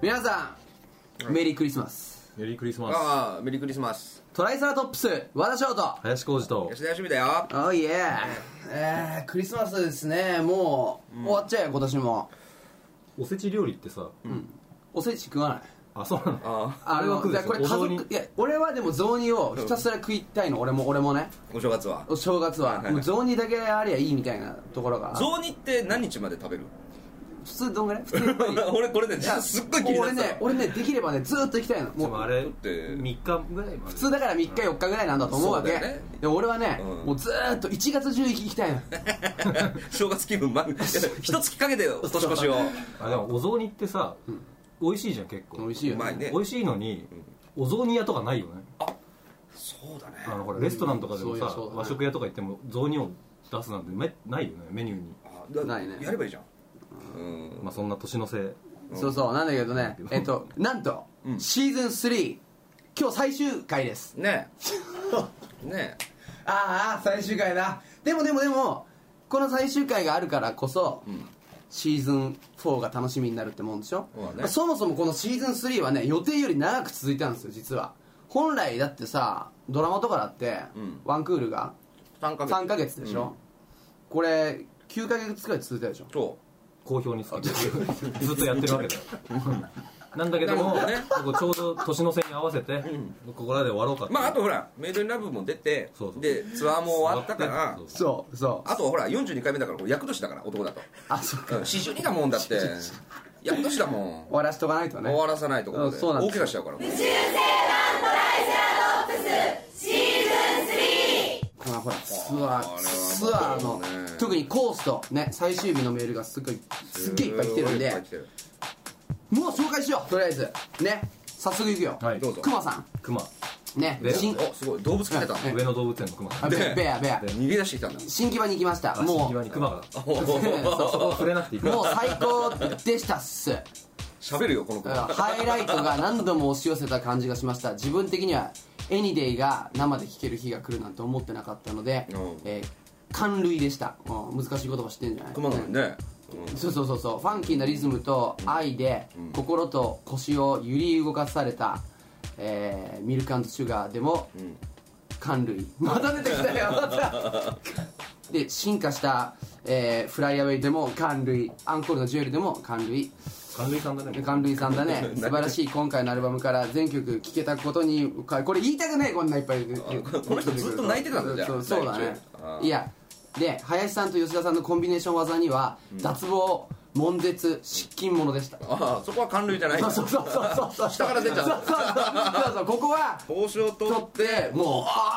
皆さんメリークリスマスメリークリスマスああメリークリスマストライサラトップス和田翔と林浩二と吉田よしみだよおいええークリスマスですねもう終わっちゃうよ今年もおせち料理ってさ、おせち食わないあそうなのあああれは食ういでしやょこれ家お雑族煮いや俺はでも雑煮をひたすら食いたいの俺も俺もねお正月はお正月はいははいはいもう雑煮だけありゃいいみたいなところが雑煮って何日まで食べる普通どんぐら い普通やっぱり俺これねすっごい気になっ俺てたね俺ねできればねずーっと行きたいのでももあうれだって3日ぐらいまで普通だから3日4日ぐらいなんだと思うわけそうだよねで俺はねうんもうずーっと1月中行き たいの正月気分まる一月かけ てお年越しをあでもお雑煮ってさ、美味しいじゃん結構美味しいようまいねね美味しいのに、お雑煮屋とかないよねそうだねあのほらレストランとかでもそさ、うそうそう和食屋とか行っても雑煮を出すなんてめないよねメニューにあだないねやればいいじゃんうんまあそんな年のせいそうそうなんだけど ねえっとなんとうんシーズン3今日最終回ですね えねああ最終回だでもでもでもこの最終回があるからこそ、んシーズン4が楽しみになるってもんでしょそうだねまあそもそもこのシーズン3はね予定より長く続いたんですよ実は本来だってさドラマとかだって、うんワンクールがえ3か月3ヶ月でしょ、これ9ヶ月くらい続いたでしょそ好評にさ ずっとやってるわけだよなんだけどもなるこうちょうど年の瀬に合わせて、ここらで終わろうかっうてまああとほらメイドインラブも出てそうそうでツアーも終わったからそうそうそうあとほら42回目だからこれ役年だから男だとあそっか四十二だもん だって役年だもん終わらしとかないとね終わらさないところでうんそうなんで大す怪我しちゃうからこのほらツアあれはもーうツアーのね特にコースとね最終日のメールがすっごいすっげえいっぱい来てるんいでっぱい来てるもう紹介しようとりあえずね早速いくよはいどうぞクマさ熊んねベア新おすごい動物来てたうん上野動物園の熊あさんベでベアベアで逃げ出してきたんだ新木場に行きました足もう際に熊がおお そ触れなくていいからもう最高でしたっす 喋るよこのう子んハイライトが何度も押し寄せた感じがしました自分的にはエニデイが生で聴ける日が来るなんて思ってなかったので、うんえー感類でした、うん難しい言葉知ってんじゃない熊なのにねそうそうそうそうファンキーなリズムと愛で心と腰を揺り動かされた、えーミルクシュガーでもん感類また出てきたよまたで進化した、えーフライアウェイでも感類アンコールのジュエルでも感類寒類さんだね感類さんだ ね素晴らしい今回のアルバムから全曲聴けたことにこれ言いたくねえこんないっぱいこの人ずっと泣いてたんだじゃあそうそうだねあーいやで林さんと吉田さんのコンビネーション技には脱帽悶絶失禁者で したああそこは寒類じゃな いそうそうそうそうそう下から出ちゃうそうそうそうそうここは帽子を取取っっててもうあも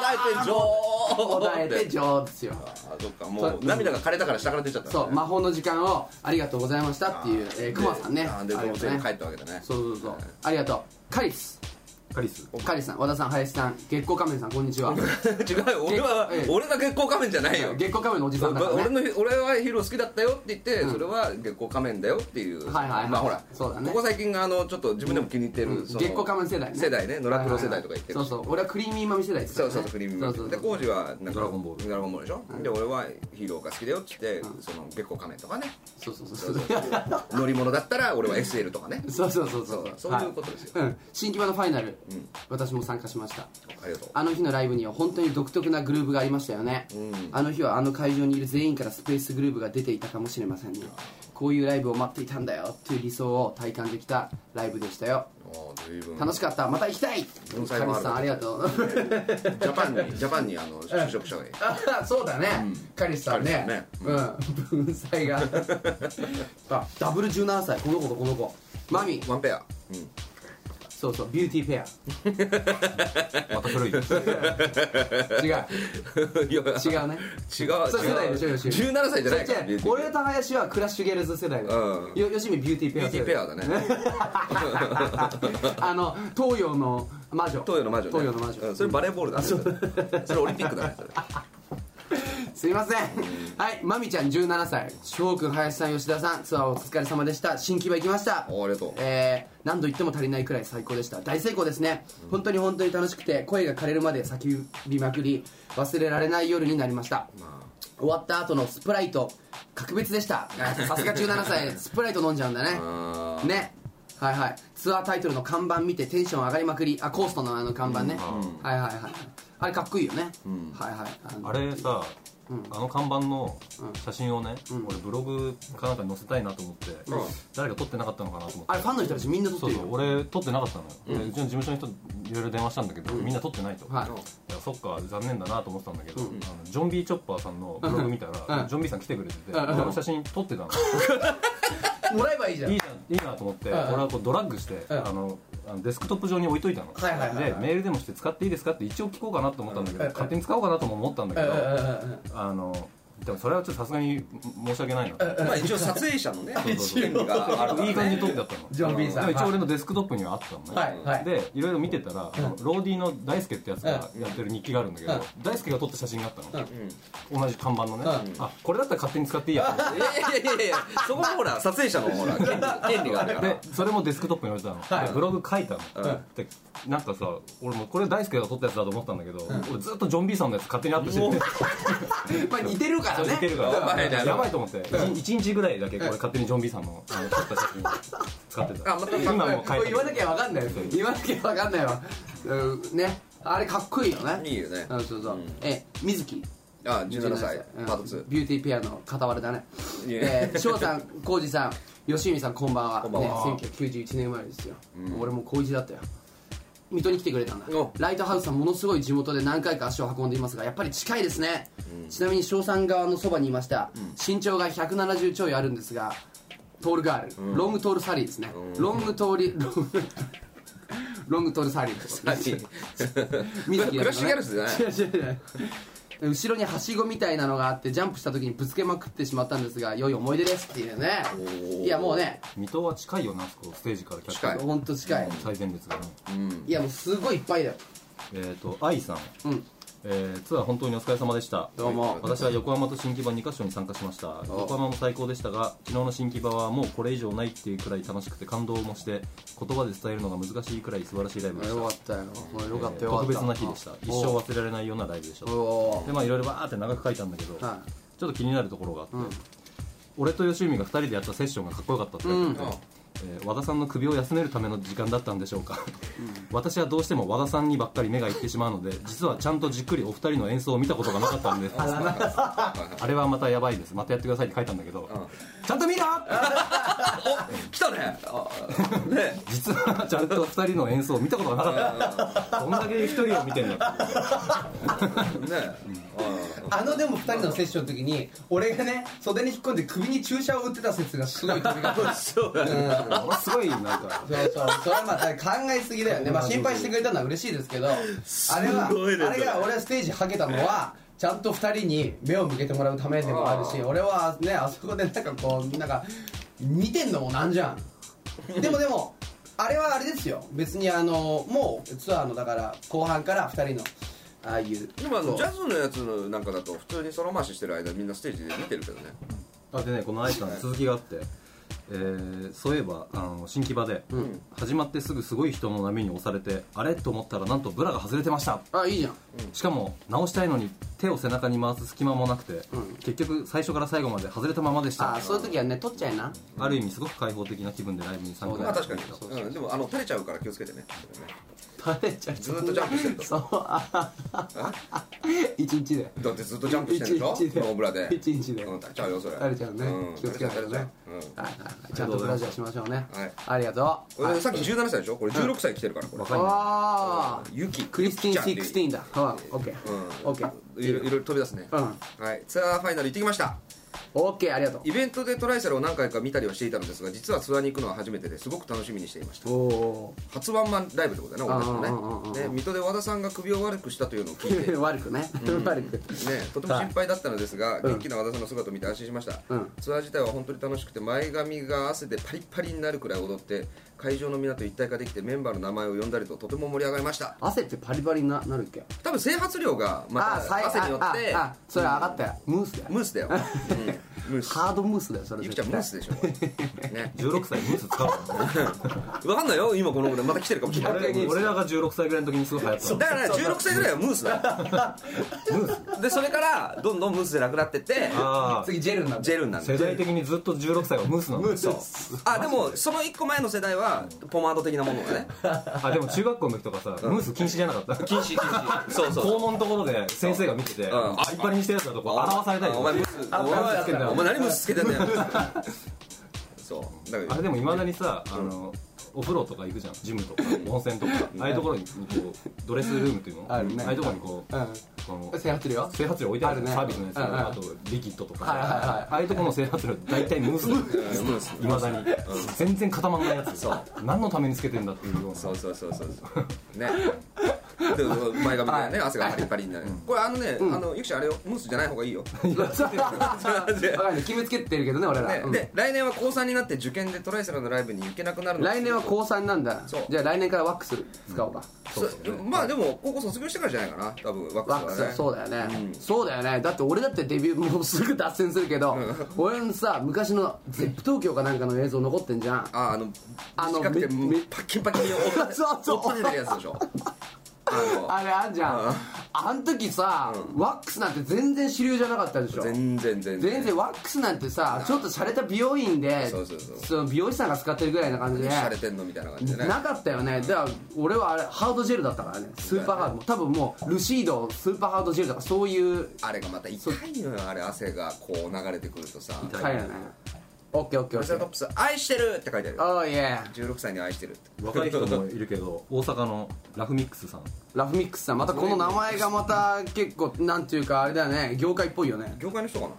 だえて女ー王もだえて上ですよああそっかもう涙が枯れたから下から出ちゃったんだそうね魔法の時間をありがとうございましたっていうえークマさんねああであり動が物とう園ねに帰ったわけだねそうそうそうありがとうカリスカリスカリスさん和田さん林さん月光仮面さんこんにちは 違う俺はええ俺が月光仮面じゃないよ月光仮面のおじさんだから、ね、俺の俺はヒーロー好きだったよって言って、それは月光仮面だよっていう、はいはいはいまあほらそうだねここ最近あのちょっと自分でも気に入ってる、うんその月光仮面世代ね世代ね野良黒世代とか言ってるそし、うそう俺はクリーミーマミ世代ですかそらねうそうそうクリームそうでそうコージはなんかドラゴンボールドラゴンボールでしょ、で俺はヒーローが好きだよって言って、その月光仮面とかねそうそうそそううそうそう乗り物だったら俺は SL とかねそうそうそうそうそうそういうことですよはいうん、新木場のファイナル、ん私も参加しましたありがとうあの日のライブには本当に独特なグルーブがありましたよね、んあの日はあの会場にいる全員からスペースグルーブが出ていたかもしれませんねこういうライブを待っていたんだよという理想を体感できたライブでしたよああ随分楽しかったまた行きたい文才カもリあスるさんありがとうジャパンにジャパンにあの就職者がいいあ そうだね、カリスさんねうん文才が あダブル17歳この子とこの子マミワ ンペア、うんそうそうビューティーペまた古い ア違ういや違うね 違う違 うそう世代でしょよしみ17歳じゃないから違う違う俺と林はクラッシュゲルズ世代だようんよよしみビューティーペア世代ビューティ あの東洋の魔女東洋の魔女、ね、東洋の魔女うんそれバレーボールだ、ね、 それオリンピックだねそれすいませんはいまみちゃん17歳翔くん林さん吉田さんツアーお疲れ様でした新木場行きましたおありがとうえー何度言っても足りないくらい最高でした大成功ですね本当に本当に楽しくて声が枯れるまで叫びまくり忘れられない夜になりましたま終わった後のスプライト格別でしたあさすが17歳スプライト飲んじゃうんだねああーねはいはいツアータイトルの看板見てテンション上がりまくりあコーストのあの看板ね、はいはいはいあれかっこいいよね、はいはいあのあれさ、うんあの看板のうん写真をね、うん俺ブログかなんかに載せたいなと思って、ん誰か撮ってなかったのかなと思ってあれファンの人たちみんな撮ってそうるそよう俺撮ってなかったのよ、でうちの事務所の人いろいろ電話したんだけど、みんな撮ってないと、はいいやそっか残念だなと思ってたんだけど、あのジョン・ビー・チョッパーさんのブログ見たら、うんジョン・ビーさん来てくれてて、ん俺の写真撮ってたの、もらえばいいじゃんいいないいなと思って、うん俺はこうドラッグして、んあのあのデスクトップ上に置いといたの、はいはいはいはいでメールでもして使っていいですかって一応聞こうかなと思ったんだけど、うん勝手に使おうかなとも思ったんだけうんど、うんうんうんあのでもそれはちょっとさすがに申し訳ないなと、まあ一応撮影者のねそうそう権利があるからねいい感じに撮ってあったのジョン・ビーさでんも一応俺のデスクトップにはあったのね、はいはいでいろいろ見てたら、あのローディの大輔ってやつがやってる日記があるんだけど、うん大輔が撮った写真があったの、うん同じ看板のね、あこれだったら勝手に使っていいやと思っていやいやいやいやそこもほら撮影者のほら権 利権利があるからでそれもデスクトップに置いてたの、でブログ書いたの、でなんかさ俺もこれ大輔が撮ったやつだと思ったんだけど、俺ずっとジョン・ビーさんのやつ勝手にアップしててまあ似てるからそれね似てるかやばいねらやばいと思って1日ぐらいだけこれ勝手にジョン・ビーさんのあの撮った写真使って たあまた今もう書いこれて言わなきゃわかんないよ言わなきゃわかんないわうんねあれかっこいいよねいいよねうんそうそううんえ水木あ17歳うんパート2ビューティーペアの片割れだねいええー翔さん浩二さん吉見さんこんばんはこんばんはね、1991年生まれですよ、俺も高一だったよ水戸に来てくれたんだおライトハウスさんものすごい地元で何回か足を運んでいますがやっぱり近いですね、ちなみに翔さん側のそばにいました、身長が170ちょいあるんですがトールガール、ロングトールサリーですね、ロングトーリロングロングトールサリーです 何水木クラッシュギャルスじゃない違 う違う違う 後ろにはしごみたいなのがあってジャンプした時にぶつけまくってしまったんですが良い思い出ですっていうねーいやもうね水戸は近いよなあそこステージからキャッチ近いほんと近い、最前列がねうんいやもうすごいいっぱいだよえっ、と愛さん、うんえーツアー本当にお疲れ様でしたどうも私は横浜と新木場2カ所に参加しました横浜も最高でしたが昨日の新木場はもうこれ以上ないっていうくらい楽しくて感動もして言葉で伝えるのが難しいくらい素晴らしいライブでしたよかったよよかったえよーかった特別な日でした一生忘れられないようなライブでしたおでおまあいろいろバーって長く書いたんだけど、はちょっと気になるところがあって、俺と吉海が2人でやったセッションがかっこよかったって言ってて、うんえー和田さんの首を休めるための時間だったんでしょうか、私はどうしても和田さんにばっかり目がいってしまうので実はちゃんとじっくりお二人の演奏を見たことがなかったんです あれはまたやばいですまたやってくださいって書いたんだけど、ちゃんと見ろ来たねあね実はちゃんと二人の演奏を見たことがなかった どんだけ一人を見てんだってねあのでも2人のセッションの時に俺がね袖に引っ込んで首に注射を打ってた説がすごい飛び交ってそうだねものすごいなんかそうそうそれはまあ考えすぎだよね、まあ、心配してくれたのは嬉しいですけどあれはすごいねあれが俺はステージはけたのはちゃんと2人に目を向けてもらうためでもあるし俺はねあそこでなんかこうなんか見てんのもなんじゃんでもでもあれはあれですよ別にあのもうツアーのだから後半から2人のああいうでもあそのうジャズのやつのなんかだと普通に空回ししてる間みんなステージで見てるけどねあでねこの愛さん続きがあって、えーそういえばあの新木場で、始まってすぐすごい人の波に押されてあれと思ったらなんとブラが外れてましたあいいじゃんしかも直したいのに手を背中に回す隙間もなくて、結局最初から最後まで外れたままでしたあそういう時はね取っちゃいなある意味すごく開放的な気分でライブに参加そうまだあね確かにうんでもあの垂れちゃうから気をつけてね食べちゃうずーっとジャンプしてるとそうあ一日でだってずっとジャンプしてるでしょ一日でノーブラで一日でうん垂れちゃうよそれあれちゃんね、うん気をつけないとね、垂れちゃう垂れちゃはいはいはいちゃんとブラジャーしましょうね、はいありがとう、うはうんこいれ、さっき17歳でしょこれ16歳来てるからこれああユキクリスティン・シユクキスちテゃんィっンだはオッケていうーオッケーうんいろいろいろいろ飛び出すねうんはいツアーファイナル行ってきましたオッケーありがとうイベントでトライサルを何回か見たりはしていたのですが実はツアーに行くのは初めてですごく楽しみにしていましたおお初ワンマンライブってことだね俺たちうんうんうんうんのねね水戸で和田さんが首を悪くしたというの を聞いてー悪くね、悪くね、とても心配だったのですが、ん元気な和田さんの姿を見て安心しました、うんツアー自体は本当に楽しくて前髪が汗でパリッパリになるくらい踊って会場のみんなと一体化できてメンバーの名前を呼んだりととても盛り上がりました汗ってパリパリにななるっけ多分整髪量がまあーた最汗によってあああそれ上がったよムースだよムースだよ、うんムースハードムースだよそれゆきちゃんムースでしょこれね16歳ムース使うの分かんないよ今この頃また来てるかもしれない俺俺らが16歳ぐらいの時にすごい流行ったのだから16歳ぐらいはムースだよでそれからどんどんムースでなくなってってあ次ジェルになるジェルになる世代的にずっと16歳はムースなのそうあでもその一個前の世代はポマード的なものがねあでも中学校の時とかさムース禁止じゃなかった禁止禁止そうそう校門のところで先生が見ててんパリパリにしてるやつだとこう表されたりおとか前ムスおお前ムスつけてんだ前よお前何ムスつけてん だよそうだかあられでもいまだにさあのお風呂とか行くじゃんジムとか温 泉とかああいうところにこうドレスルームっていうのあるねああいうところにこううこのん制覇してるよ整髪料置いてああるるねサービスのやつとうんうんかあとリキッドとはいはいはいかああいうところの整髪料大体ムー スうんムースいまだに全然固まんないやつ何のためにつけてんだっていうようなそうそうそうそうそうねで前髪がね汗がパリパリになるこれあのねあのゆきちゃんあれよムースじゃない方がい いよ 分かんない決めつけてるけどね俺ら、ねうんで来年は高3になって受験でトライセラのライブに行けなくなるの来年は高3なんだそうじゃあ来年からワックス使おうか、そうまあでも高校卒業してからじゃないかな多分ワワッッククススははねそうだよね、うんそうだよねだって俺だってデビューもうすぐ脱線するけど、俺のさ昔の ZEP 東京かなんかの映像残ってんじゃんああのあの短くてめめパッキンパキンに折っ そうそう折っ立ててるやつでしょああれあんじゃん、うんあん時さ、ワックスなんて全然主流じゃなかったでしょの全然全然全然ワックスなんてさちょっと洒落た美容院でそうそうそうその美容師さんが使ってるぐらいな感じでしゃれてんのみたいな感じでねなかったよねだから俺はあれハードジェルだったからねスーパーハードも多分もうルシードスーパーハードジェルとかそういうあれがまた痛いのよあれ汗がこう流れてくるとさ「回だねオッケーオッケーブオラッザーケトーップス愛してる!」って書いてあるよおーイエー16歳に愛してるって若い人もいるけど大阪のラフミックスさんラフミックスさんまたこの名前がまた結構なんていうかあれだよね業界っぽいよね業界の人かな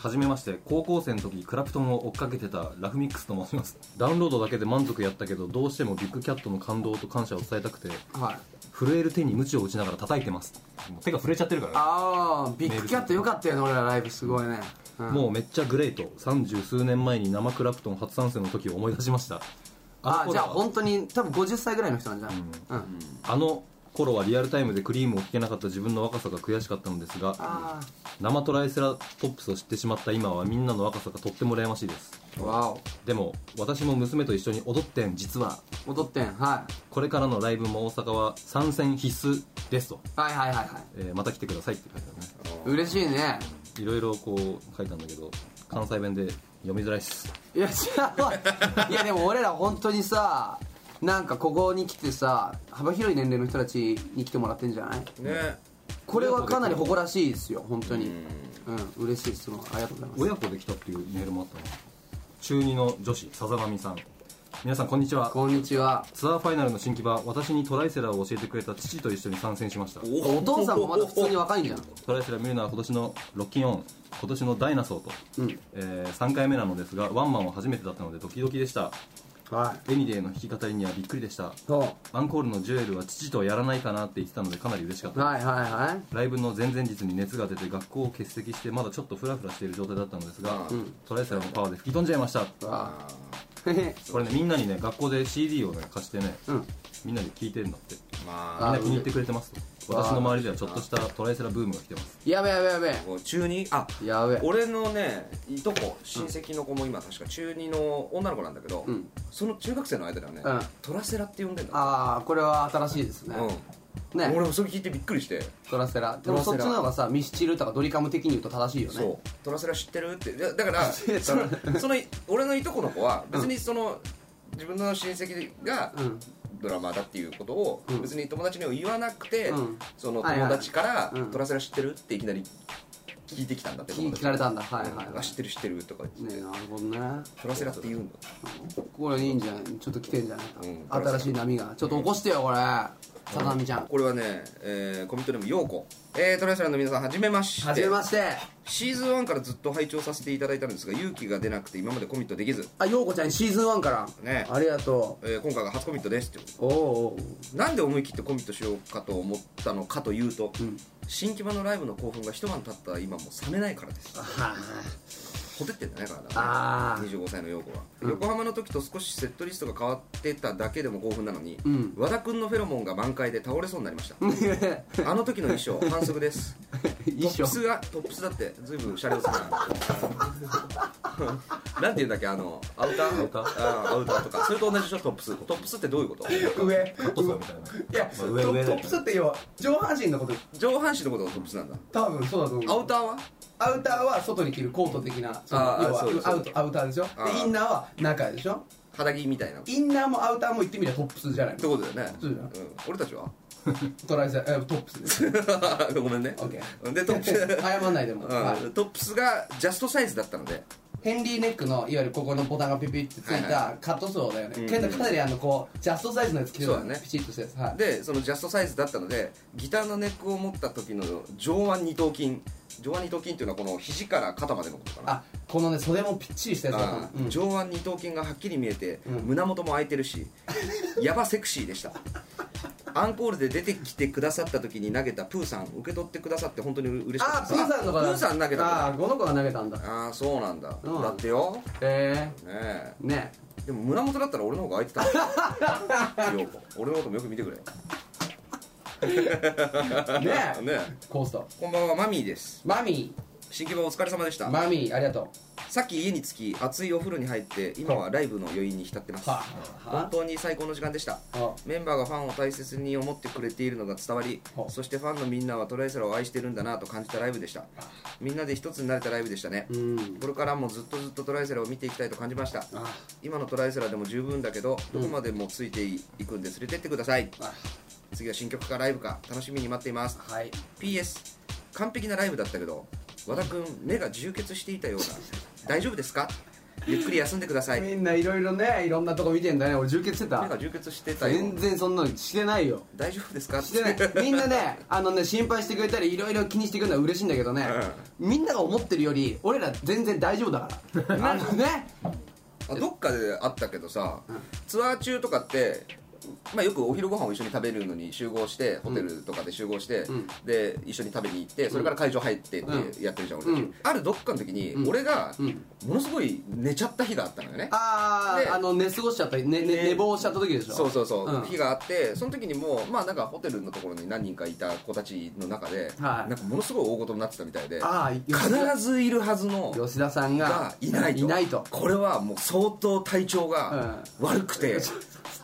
初めまして高校生の時クラプトンを追っかけてたラフミックスと申しますダウンロードだけで満足やったけどどうしてもビッグキャットの感動と感謝を伝えたくてはい震える手に鞭を打ちながら叩いてますもう手が震えちゃってるからああビッグキャットよかったよね俺らライブすごいね、うんねもうめっちゃグレート三十数年前に生クラプトン初参戦の時を思い出しましたあーじゃあの頃は本当に多分50歳ぐらいの人なんじゃん、うんあの頃はリアルタイムでクリームを聴けなかった自分の若さが悔しかったのですがあ生トライセラトップスを知ってしまった今はみんなの若さがとっても羨ましいですあわでも私も娘と一緒に踊ってん実はお踊ってん、はい、これからのライブも大阪は参戦必須ですと、はいはいはいはいえーまた来てくださいって書いてあるね嬉しいねいろいろこう書いたんだけど関西弁で読みづらいっすいや違ういやでも俺ら本当にさなんかここに来てさ幅広い年齢の人たちに来てもらってんじゃないねこれはかなり誇らしいですよ本当にうん嬉しい質問ありがとうございます親子で来たっていうメールもあったな中2の女子さざ波さん皆さんこんにちはこんにちはツアーファイナルの新規場私にトライセラーを教えてくれた父と一緒に参戦しましたお父さんもまだ普通に若いんじゃんトライセラ見るのは今年のロッキンオン今年のダイナソーと、え3回目なのですがワンマンは初めてだったのでドキドキでしたはエニデーの弾き語りにはびっくりでしたそうアンコールのジュエルは父とはやらないかなって言ってたのでかなり嬉しかったはいはいはいライブの前々日に熱が出て学校を欠席してまだちょっとフラフラしている状態だったのですが、トライセラのパワーで吹き飛んじゃいましたわあこれねみんなにね学校で CD をね貸してね、うんみんなで聴いてるんだってみまあんな気に入ってくれてますと私の周りではちょっとしたトライセラブームが来てます やべやべやべこう中2あやべ俺のねいとこ親戚の子も今確か中2の女の子なんだけどんその中学生の間だよねうんトラセラって呼んでんだああこれは新しいですねうんね俺もそれ聞いてびっくりしてトラセラでもそっちの方がさミスチルとかドリカム的に言うと正しいよねそう「トラセラ知ってる?」ってだだ かいらやそのその俺のいとこの子は別にその、自分の親戚がんドラマーだっていうことをん別に友達には言わなくて、うんそのはいはい友達からうん「トラセラ知ってる?」っていきなり聞いてきたんだって聞聞かれたんだはいはいうんあ知ってる知ってる」とか言ってねなるほどね「トラセラって言うんだ」これいいんじゃないちょっと来てんじゃないうんか、新しい波がちょっと起こしてよこれさだみちゃんこれはね、えーコミットネームようこ、えー、トラセラの皆さんはじめましてはじめましてシーズン1からずっと拝聴させていただいたんですが勇気が出なくて今までコミットできず、あようこちゃんシーズン1からねありがとえー今回が初コミットですってことうおうおうなんで思い切ってコミットしようかと思ったのかというと、新木場のライブの興奮が一晩経った今も冷めないからですはあほてってんだね体あー25歳の陽子は、横浜の時と少しセットリストが変わってただけでも興奮なのに、ん和田君のフェロモンが満開で倒れそうになりました あの時の衣装反則です衣トッ装プスがトップスだってずいぶんシャレオツななんていうんだっけあのアウターアウターあーアウターとかそれと同じでしょトップストップスってどういうこと上カットさんみたいないやまトあ上上だよねトップスって要は上半身のこと上半身のことがトップスなんだ多分そうだとア思うウターはアウターは外に着るコート的なそのあー要はそうですアウトアウターでしょあーでインナーは中でしょ肌着みたいなってインナーもアウターも言ってみればトップスじゃないのことだよねそうだんよ、俺たちは トライザえトップスですごめんねオッケでトップス、 謝んないでも、はいうん、トップスがジャストサイズだったのでヘンリーネックのいわゆるここのボタンがピピってついはいはたカットソーだよね、うんけどかなりあのこうジャストサイズのやつ着てるそうだねピチッとしたやつはいでそのジャストサイズだったのでギターのネックを持った時の上腕二頭筋上腕二頭筋っていうのはこの肘から肩までのことかなあこのね袖もぴっちりしたやつだったあのーうん上腕二頭筋がはっきり見えて、うん胸元も開いてるしやばセクシーでしたアンコールで出てきてくださった時に投げたプーさん受け取ってくださって本当に嬉しかったあでーすプーさんの方プーさん投げたあかーこの子が投げたんだらああーそうなんだ、うんだってよえねええねでも胸元だったら俺の方が開いてたんだよ陽子俺のこともよく見てくれえねえねえコーストこんばんはマミーですマミ新規版お疲れ様でしたーマミーありがとさっき家に着き熱いお風呂に入って今はライブの余韻に浸ってますうは本は当に最高の時間でしたあメンバーがファンを大切に思ってくれているのが伝わりはそしてファンのみんなはトライセラを愛してるんだなと感じたライブでしたみんなで一つになれたライブでしたねうんこれからもずっとずっとトライセラを見ていきたいと感じましたあ今のトライセラでも十分だけどどこまでもついていくんで連れてってくださいあ次は新曲かライブか楽しみに待っていますはい PS 完璧なライブだったけど和田君目が充血していたような大丈夫ですかゆっくり休んでください目みんないろいろねいろんなとこ見てんだね俺充血してたが充血してたよ全然そんなのしてないよ大丈夫ですかしてないみんなね あのね心配してくれたりいろいろ気にしてくれるのは嬉しいんだけどね、みんなが思ってるより俺ら全然大丈夫だから あのねあどっかであったけどさ、ツアー中とかって、まあ、よくお昼ご飯を一緒に食べるのに集合してホテルとかで集合して、で一緒に食べに行ってそれから会場入ってってやってるじゃん、俺たち、あるどっかの時に、俺がものすごい寝ちゃった日があったのよね、あでああの寝過ごしちゃったり、ねねね寝坊しちゃった時でしょそうそうそう、うん日があってその時にもうまあなんかホテルのところに何人かいた子たちの中で、はいなんかものすごい大事になってたみたいでああ吉田必ずいるはずの吉田さんががいないといないとこれはもう相当体調が悪く て、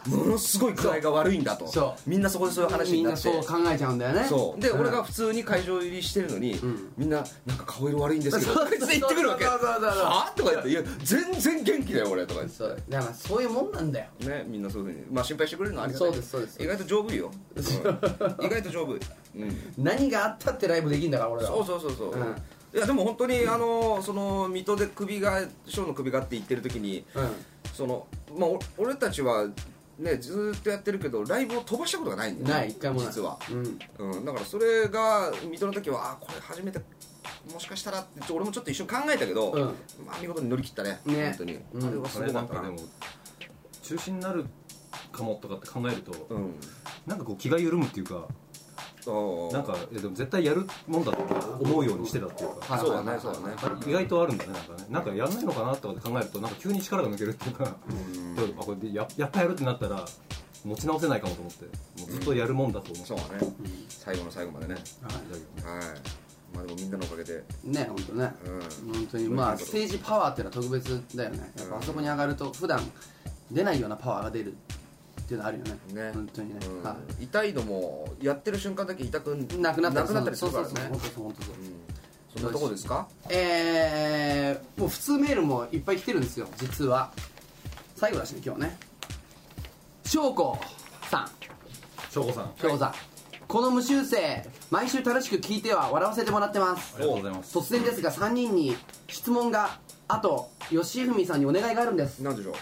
ものすごい具合が悪いんだとそみんなそこでそういう話みにんななってそう考えちゃうんだよねそうで、ん俺が普通に会場入りしてるのに、みんななんか顔色悪いんですけどそうとか言って言ってくるわけ「そうそうそうそうはあ?」とか言って「いや全然元気だよ俺」とか言ってそうだからそういうもんなんだよね、みんなそういうふうに、まあ、心配してくれるのはありがたいそうですそうです意外と丈 夫よ、うん意外と丈夫、うん、何があったってライブできんだから俺らはそうそうそうそう、うんいやでも本当にあのその水戸で首がショーの首がって言ってる時にうそのまあお俺たちはねずーっとやってるけどライブを飛ばしたことがないんだよねない一回もない実は、ん、うん、うん、だからそれが水戸の時はあーこれ初めてもしかしたらってちょ俺もちょっと一瞬考えたけど、うんまあ見事に乗り切ったねね本当に、うんあれはすそごれかなっんたかなでも中止になるかもとかって考えると、うんなんかこう気が緩むっていうかそうなんかいやでも絶対やるもんだって思うようにしてたっていうかそうだねそうだね意外とあるんだねなんかねなんかやんないのかなとかって考えるとなんか急に力が抜けるっていうかであこれでややっぱやるってなったら持ち直せないかもと思ってもうずっとやるもんだと思ってそうだね、最後の最後までねはいまあでもみんなのおかげでね本当ねうん本当にまあステージパワーっていうのは特別だよねやっぱあそこに上がると普段出ないようなパワーが出るっていうのあるよねね本当にね、うんは痛いのもやってる瞬間だけ痛くいなくなったくなったりすそうるかそうそらうね本当そう本当そううんそんなとこですかえー、もう普通メールもいっぱい来てるんですよ実は最後だしね今日ね翔子さん翔子さんあ翔子さん、この無修正毎週楽しく聞いては笑わせてもらってますりがとうございます突然ですが3人に質問があと吉文さんにお願いがあるんですなんでしょう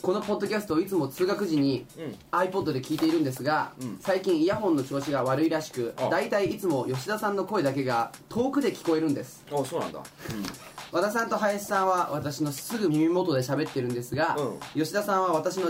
このポッドキャストをいつも通学時にうん iPod で聞いているんですが、ん最近イヤホンの調子が悪いらしくあ大体いつも吉田さんの声だけが遠くで聞こえるんですあそうなんだ和田さんと林さんは私のすぐ耳元で喋ってるんですが、う吉田さんは私の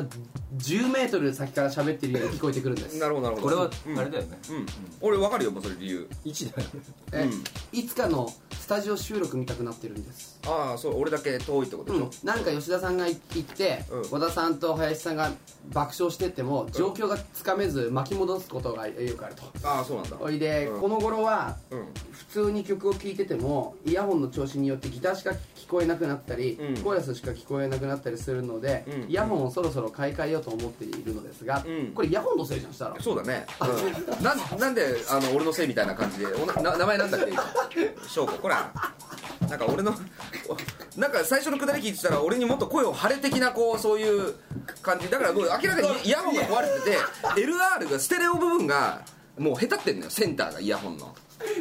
10メートル先から喋ってるように聞こえてくるんですなるほどなるほどこれはうんあれだよねうん俺分かるよもうそれ理由1だよねえうんいつかのスタジオ収録見たくなってるんですああそう俺だけ遠いってことうでしんょ、なんか吉田さんがい行って、うん和田さんと林さんが爆笑してっても状況がつかめず巻き戻すことがよくあるとああそうなんだおいで、うんこの頃はうん普通に曲を聴いててもイヤホンの調子によってギターしか聞こえなくなったり、うんコーラスしか聞こえなくなったりするので、うんイヤホンをそろそろ買い替えようと思っているのですが、うんこれイヤホンのせいじゃんしたらそうだね、うん、なんなんであの俺のせいみたいな感じでおなな名前なんだっけ翔子こらなんか俺のおなんか最初のくだり聞いてたら俺にもっと声を張れ的なこうそういう感じだからもう明らかにイヤホンが壊れてて LR がステレオ部分がもうへたってんのよセンターがイヤホンの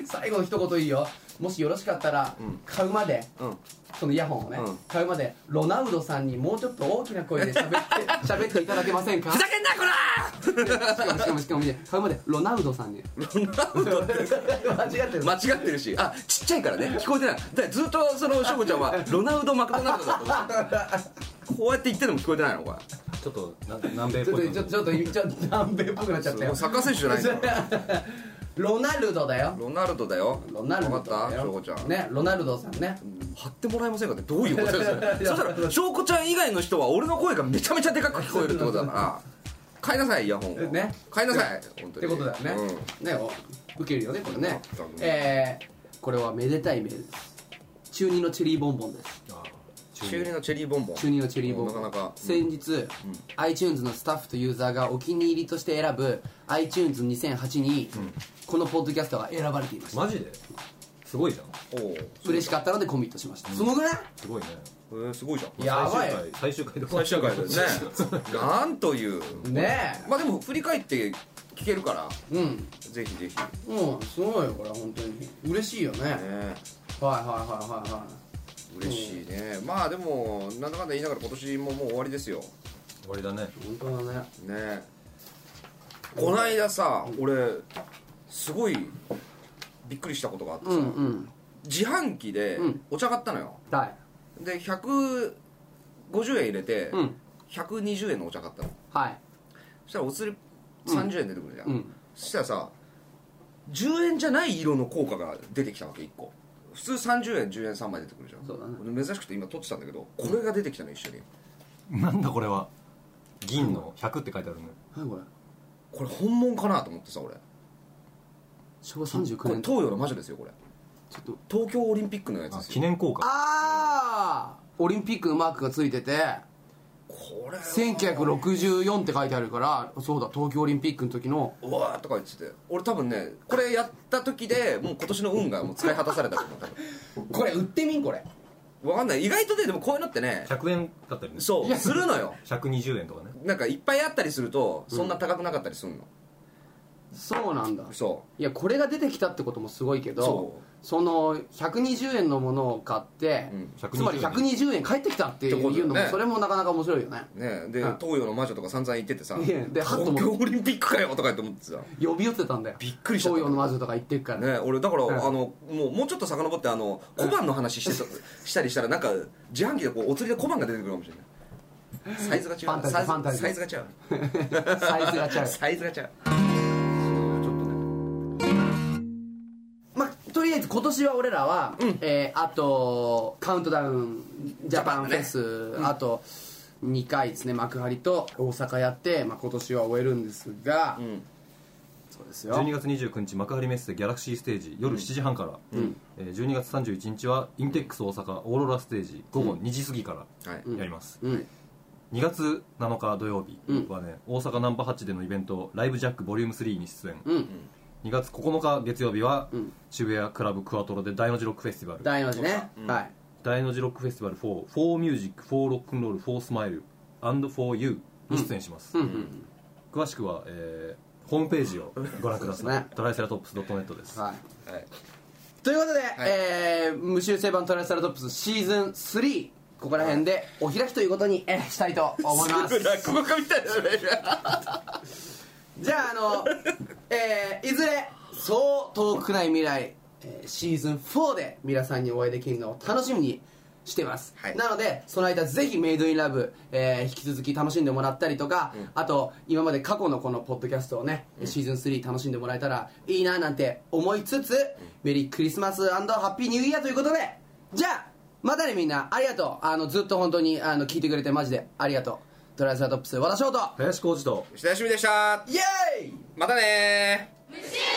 最後の一言いいよもしよろしかったら、うん買うまでうんそのイヤホンをね、うん買うまでロナウドさんにもうちょっと大きな声で喋って喋っていただけませんかふしざけんなこらかもしかもしかも買うまでロナウドさんに間違ってる間違ってるしあちっちゃいからね聞こえてないだからずっとその翔子ちゃんはロナウド・マクドナルドだと思ってたこうやって言ってても聞こえてないのこちょっとな南米っちょっぽいとちょっとちょっとちょっと南米っぽくなっちゃったれよサッカー選手じゃないん だからロナルドだよロナルドだよ。ロナルドわかだったよ翔子ちゃん。。ねロナルドさんね貼ってもらえませんかってどういうことです かそしたら、翔子ちゃん以外の人は俺の声がめちゃめちゃでかく聞こえるってこと だから、買いなさい、イヤホンを。ね買いなさい、本当っに。てことだよねうんねお受けるよねこれね全くえーこれはめでたいメールです中二のチェリーボンボンです中二のチェリーボンボン。中二のチェリーボンボンなかなか。先日、iTunes のスタッフとユーザーがお気に入りとして選ぶ iTunes2008 に、このポッドキャストが選ばれていましたマジですごいじゃんおおう。嬉しかったのでコミットしました、すごくないすごいねえーすごいじゃん。やばい最終回最最終終回回だだ よね。なんという。ねまあでも、振り返って聞けるから、えうんぜひぜひ。ねうんすごいよこれは本当に嬉しいよねはいはいはいはいはい嬉しいね。まあでも、なんだかんだ言いながら今年ももう終わりですよ。終わりだね本当だねねこないださ俺すごいびっくりしたことがあってさ、うんうん自販機でうんお茶買ったのよはいで150円入れて、うん120円のお茶買ったのはいそしたらお釣り30円出てくるじゃん、うんそしたらさ10円じゃない色の効果が出てきたわけ1個普通30円10円3枚出てくるじゃんそうだね俺珍しくて今取ってたんだけどこれが出てきたの一緒になんだこれは銀の100って書いてあるね何これこれ本物かなと思ってさ俺昭和こ39れ年東洋の魔女ですよこれちょっと東京オリンピックのやつですよ記念硬貨ああオリンピックのマークがついててこれは1964って書いてあるからそうだ東京オリンピックの時のうわーとか言ってて俺多分ねこれやった時でもう今年の運がもう使い果たされたと思う多これ売ってみんこれ分わかんない意外とねでもこういうのってね100円だったりねそうするのよ120円とかねなんかいっぱいあったりするとそんな高くなかったりするの、そうなんだそいやこれが出てきたってこともすごいけどそその120円のものを買って、うんつまり120円返ってきたっていうのってことだもよねそれもなかなか面白いよねうねで、うん東洋の魔女とか散々言っててさいやでハッと東も京オリンピックかよとかって思ってさ呼び寄ってたんだよびっくりしちゃった東洋の魔女とか行ってるから、ね、俺だから、んあのもうもうちょっと遡ってあの小判の話してたしたりしたらなんか自販機でこうお釣りで小判が出てくるかもしれないサイズが違ファンタうジーサイファンタジズーサイズが違うサイズが違うサイズが違うまあ、とりあえず今年は俺らは、えーあとカウントダウンジャパンフェス、あと2回ですね幕張と大阪やって、まあ、今年は終えるんですが、んそうですよ12月29日幕張メッセギャラクシーステージ夜7時半から、えー12月31日はインテックス大阪オーロラステージ午後2時過ぎからはいやります、うん2月7日土曜日はね、大阪ナンバー8でのイベント「ライブジャックボリューム3に出演、うん2月9日月曜日は、渋谷クラブクワトロで大の字ロックフェスティバル大の字ね、はい大の字ロックフェスティバル4 4ミュージック4ロックンロール4スマイル and for you に出演します、詳しくは、えーホームページをご覧ください、そうですねトライセラトップス .net です、はいはいということで、えー無修正版トライサラトップスシーズン3ここら辺でお開きということに、えーしたいと思います落語家みたいなじゃああ の、えーいずれそう遠くない未来、えーシーズン4で皆さんにお会いできるのを楽しみにしてます、はいなのでその間ぜひメイドインラブ、えー引き続き楽しんでもらったりとか、あと今まで過去のこのポッドキャストをね、シーズン3楽しんでもらえたらいいななんて思いつつ、メリークリスマスハッピーニューイヤーということでじゃあまたねみんなありがとうあのずっと本当にあの聞いてくれてマジでありがとうトライサートップス和田翔と林浩二と吉田よしみでしたイエーイまたねー虫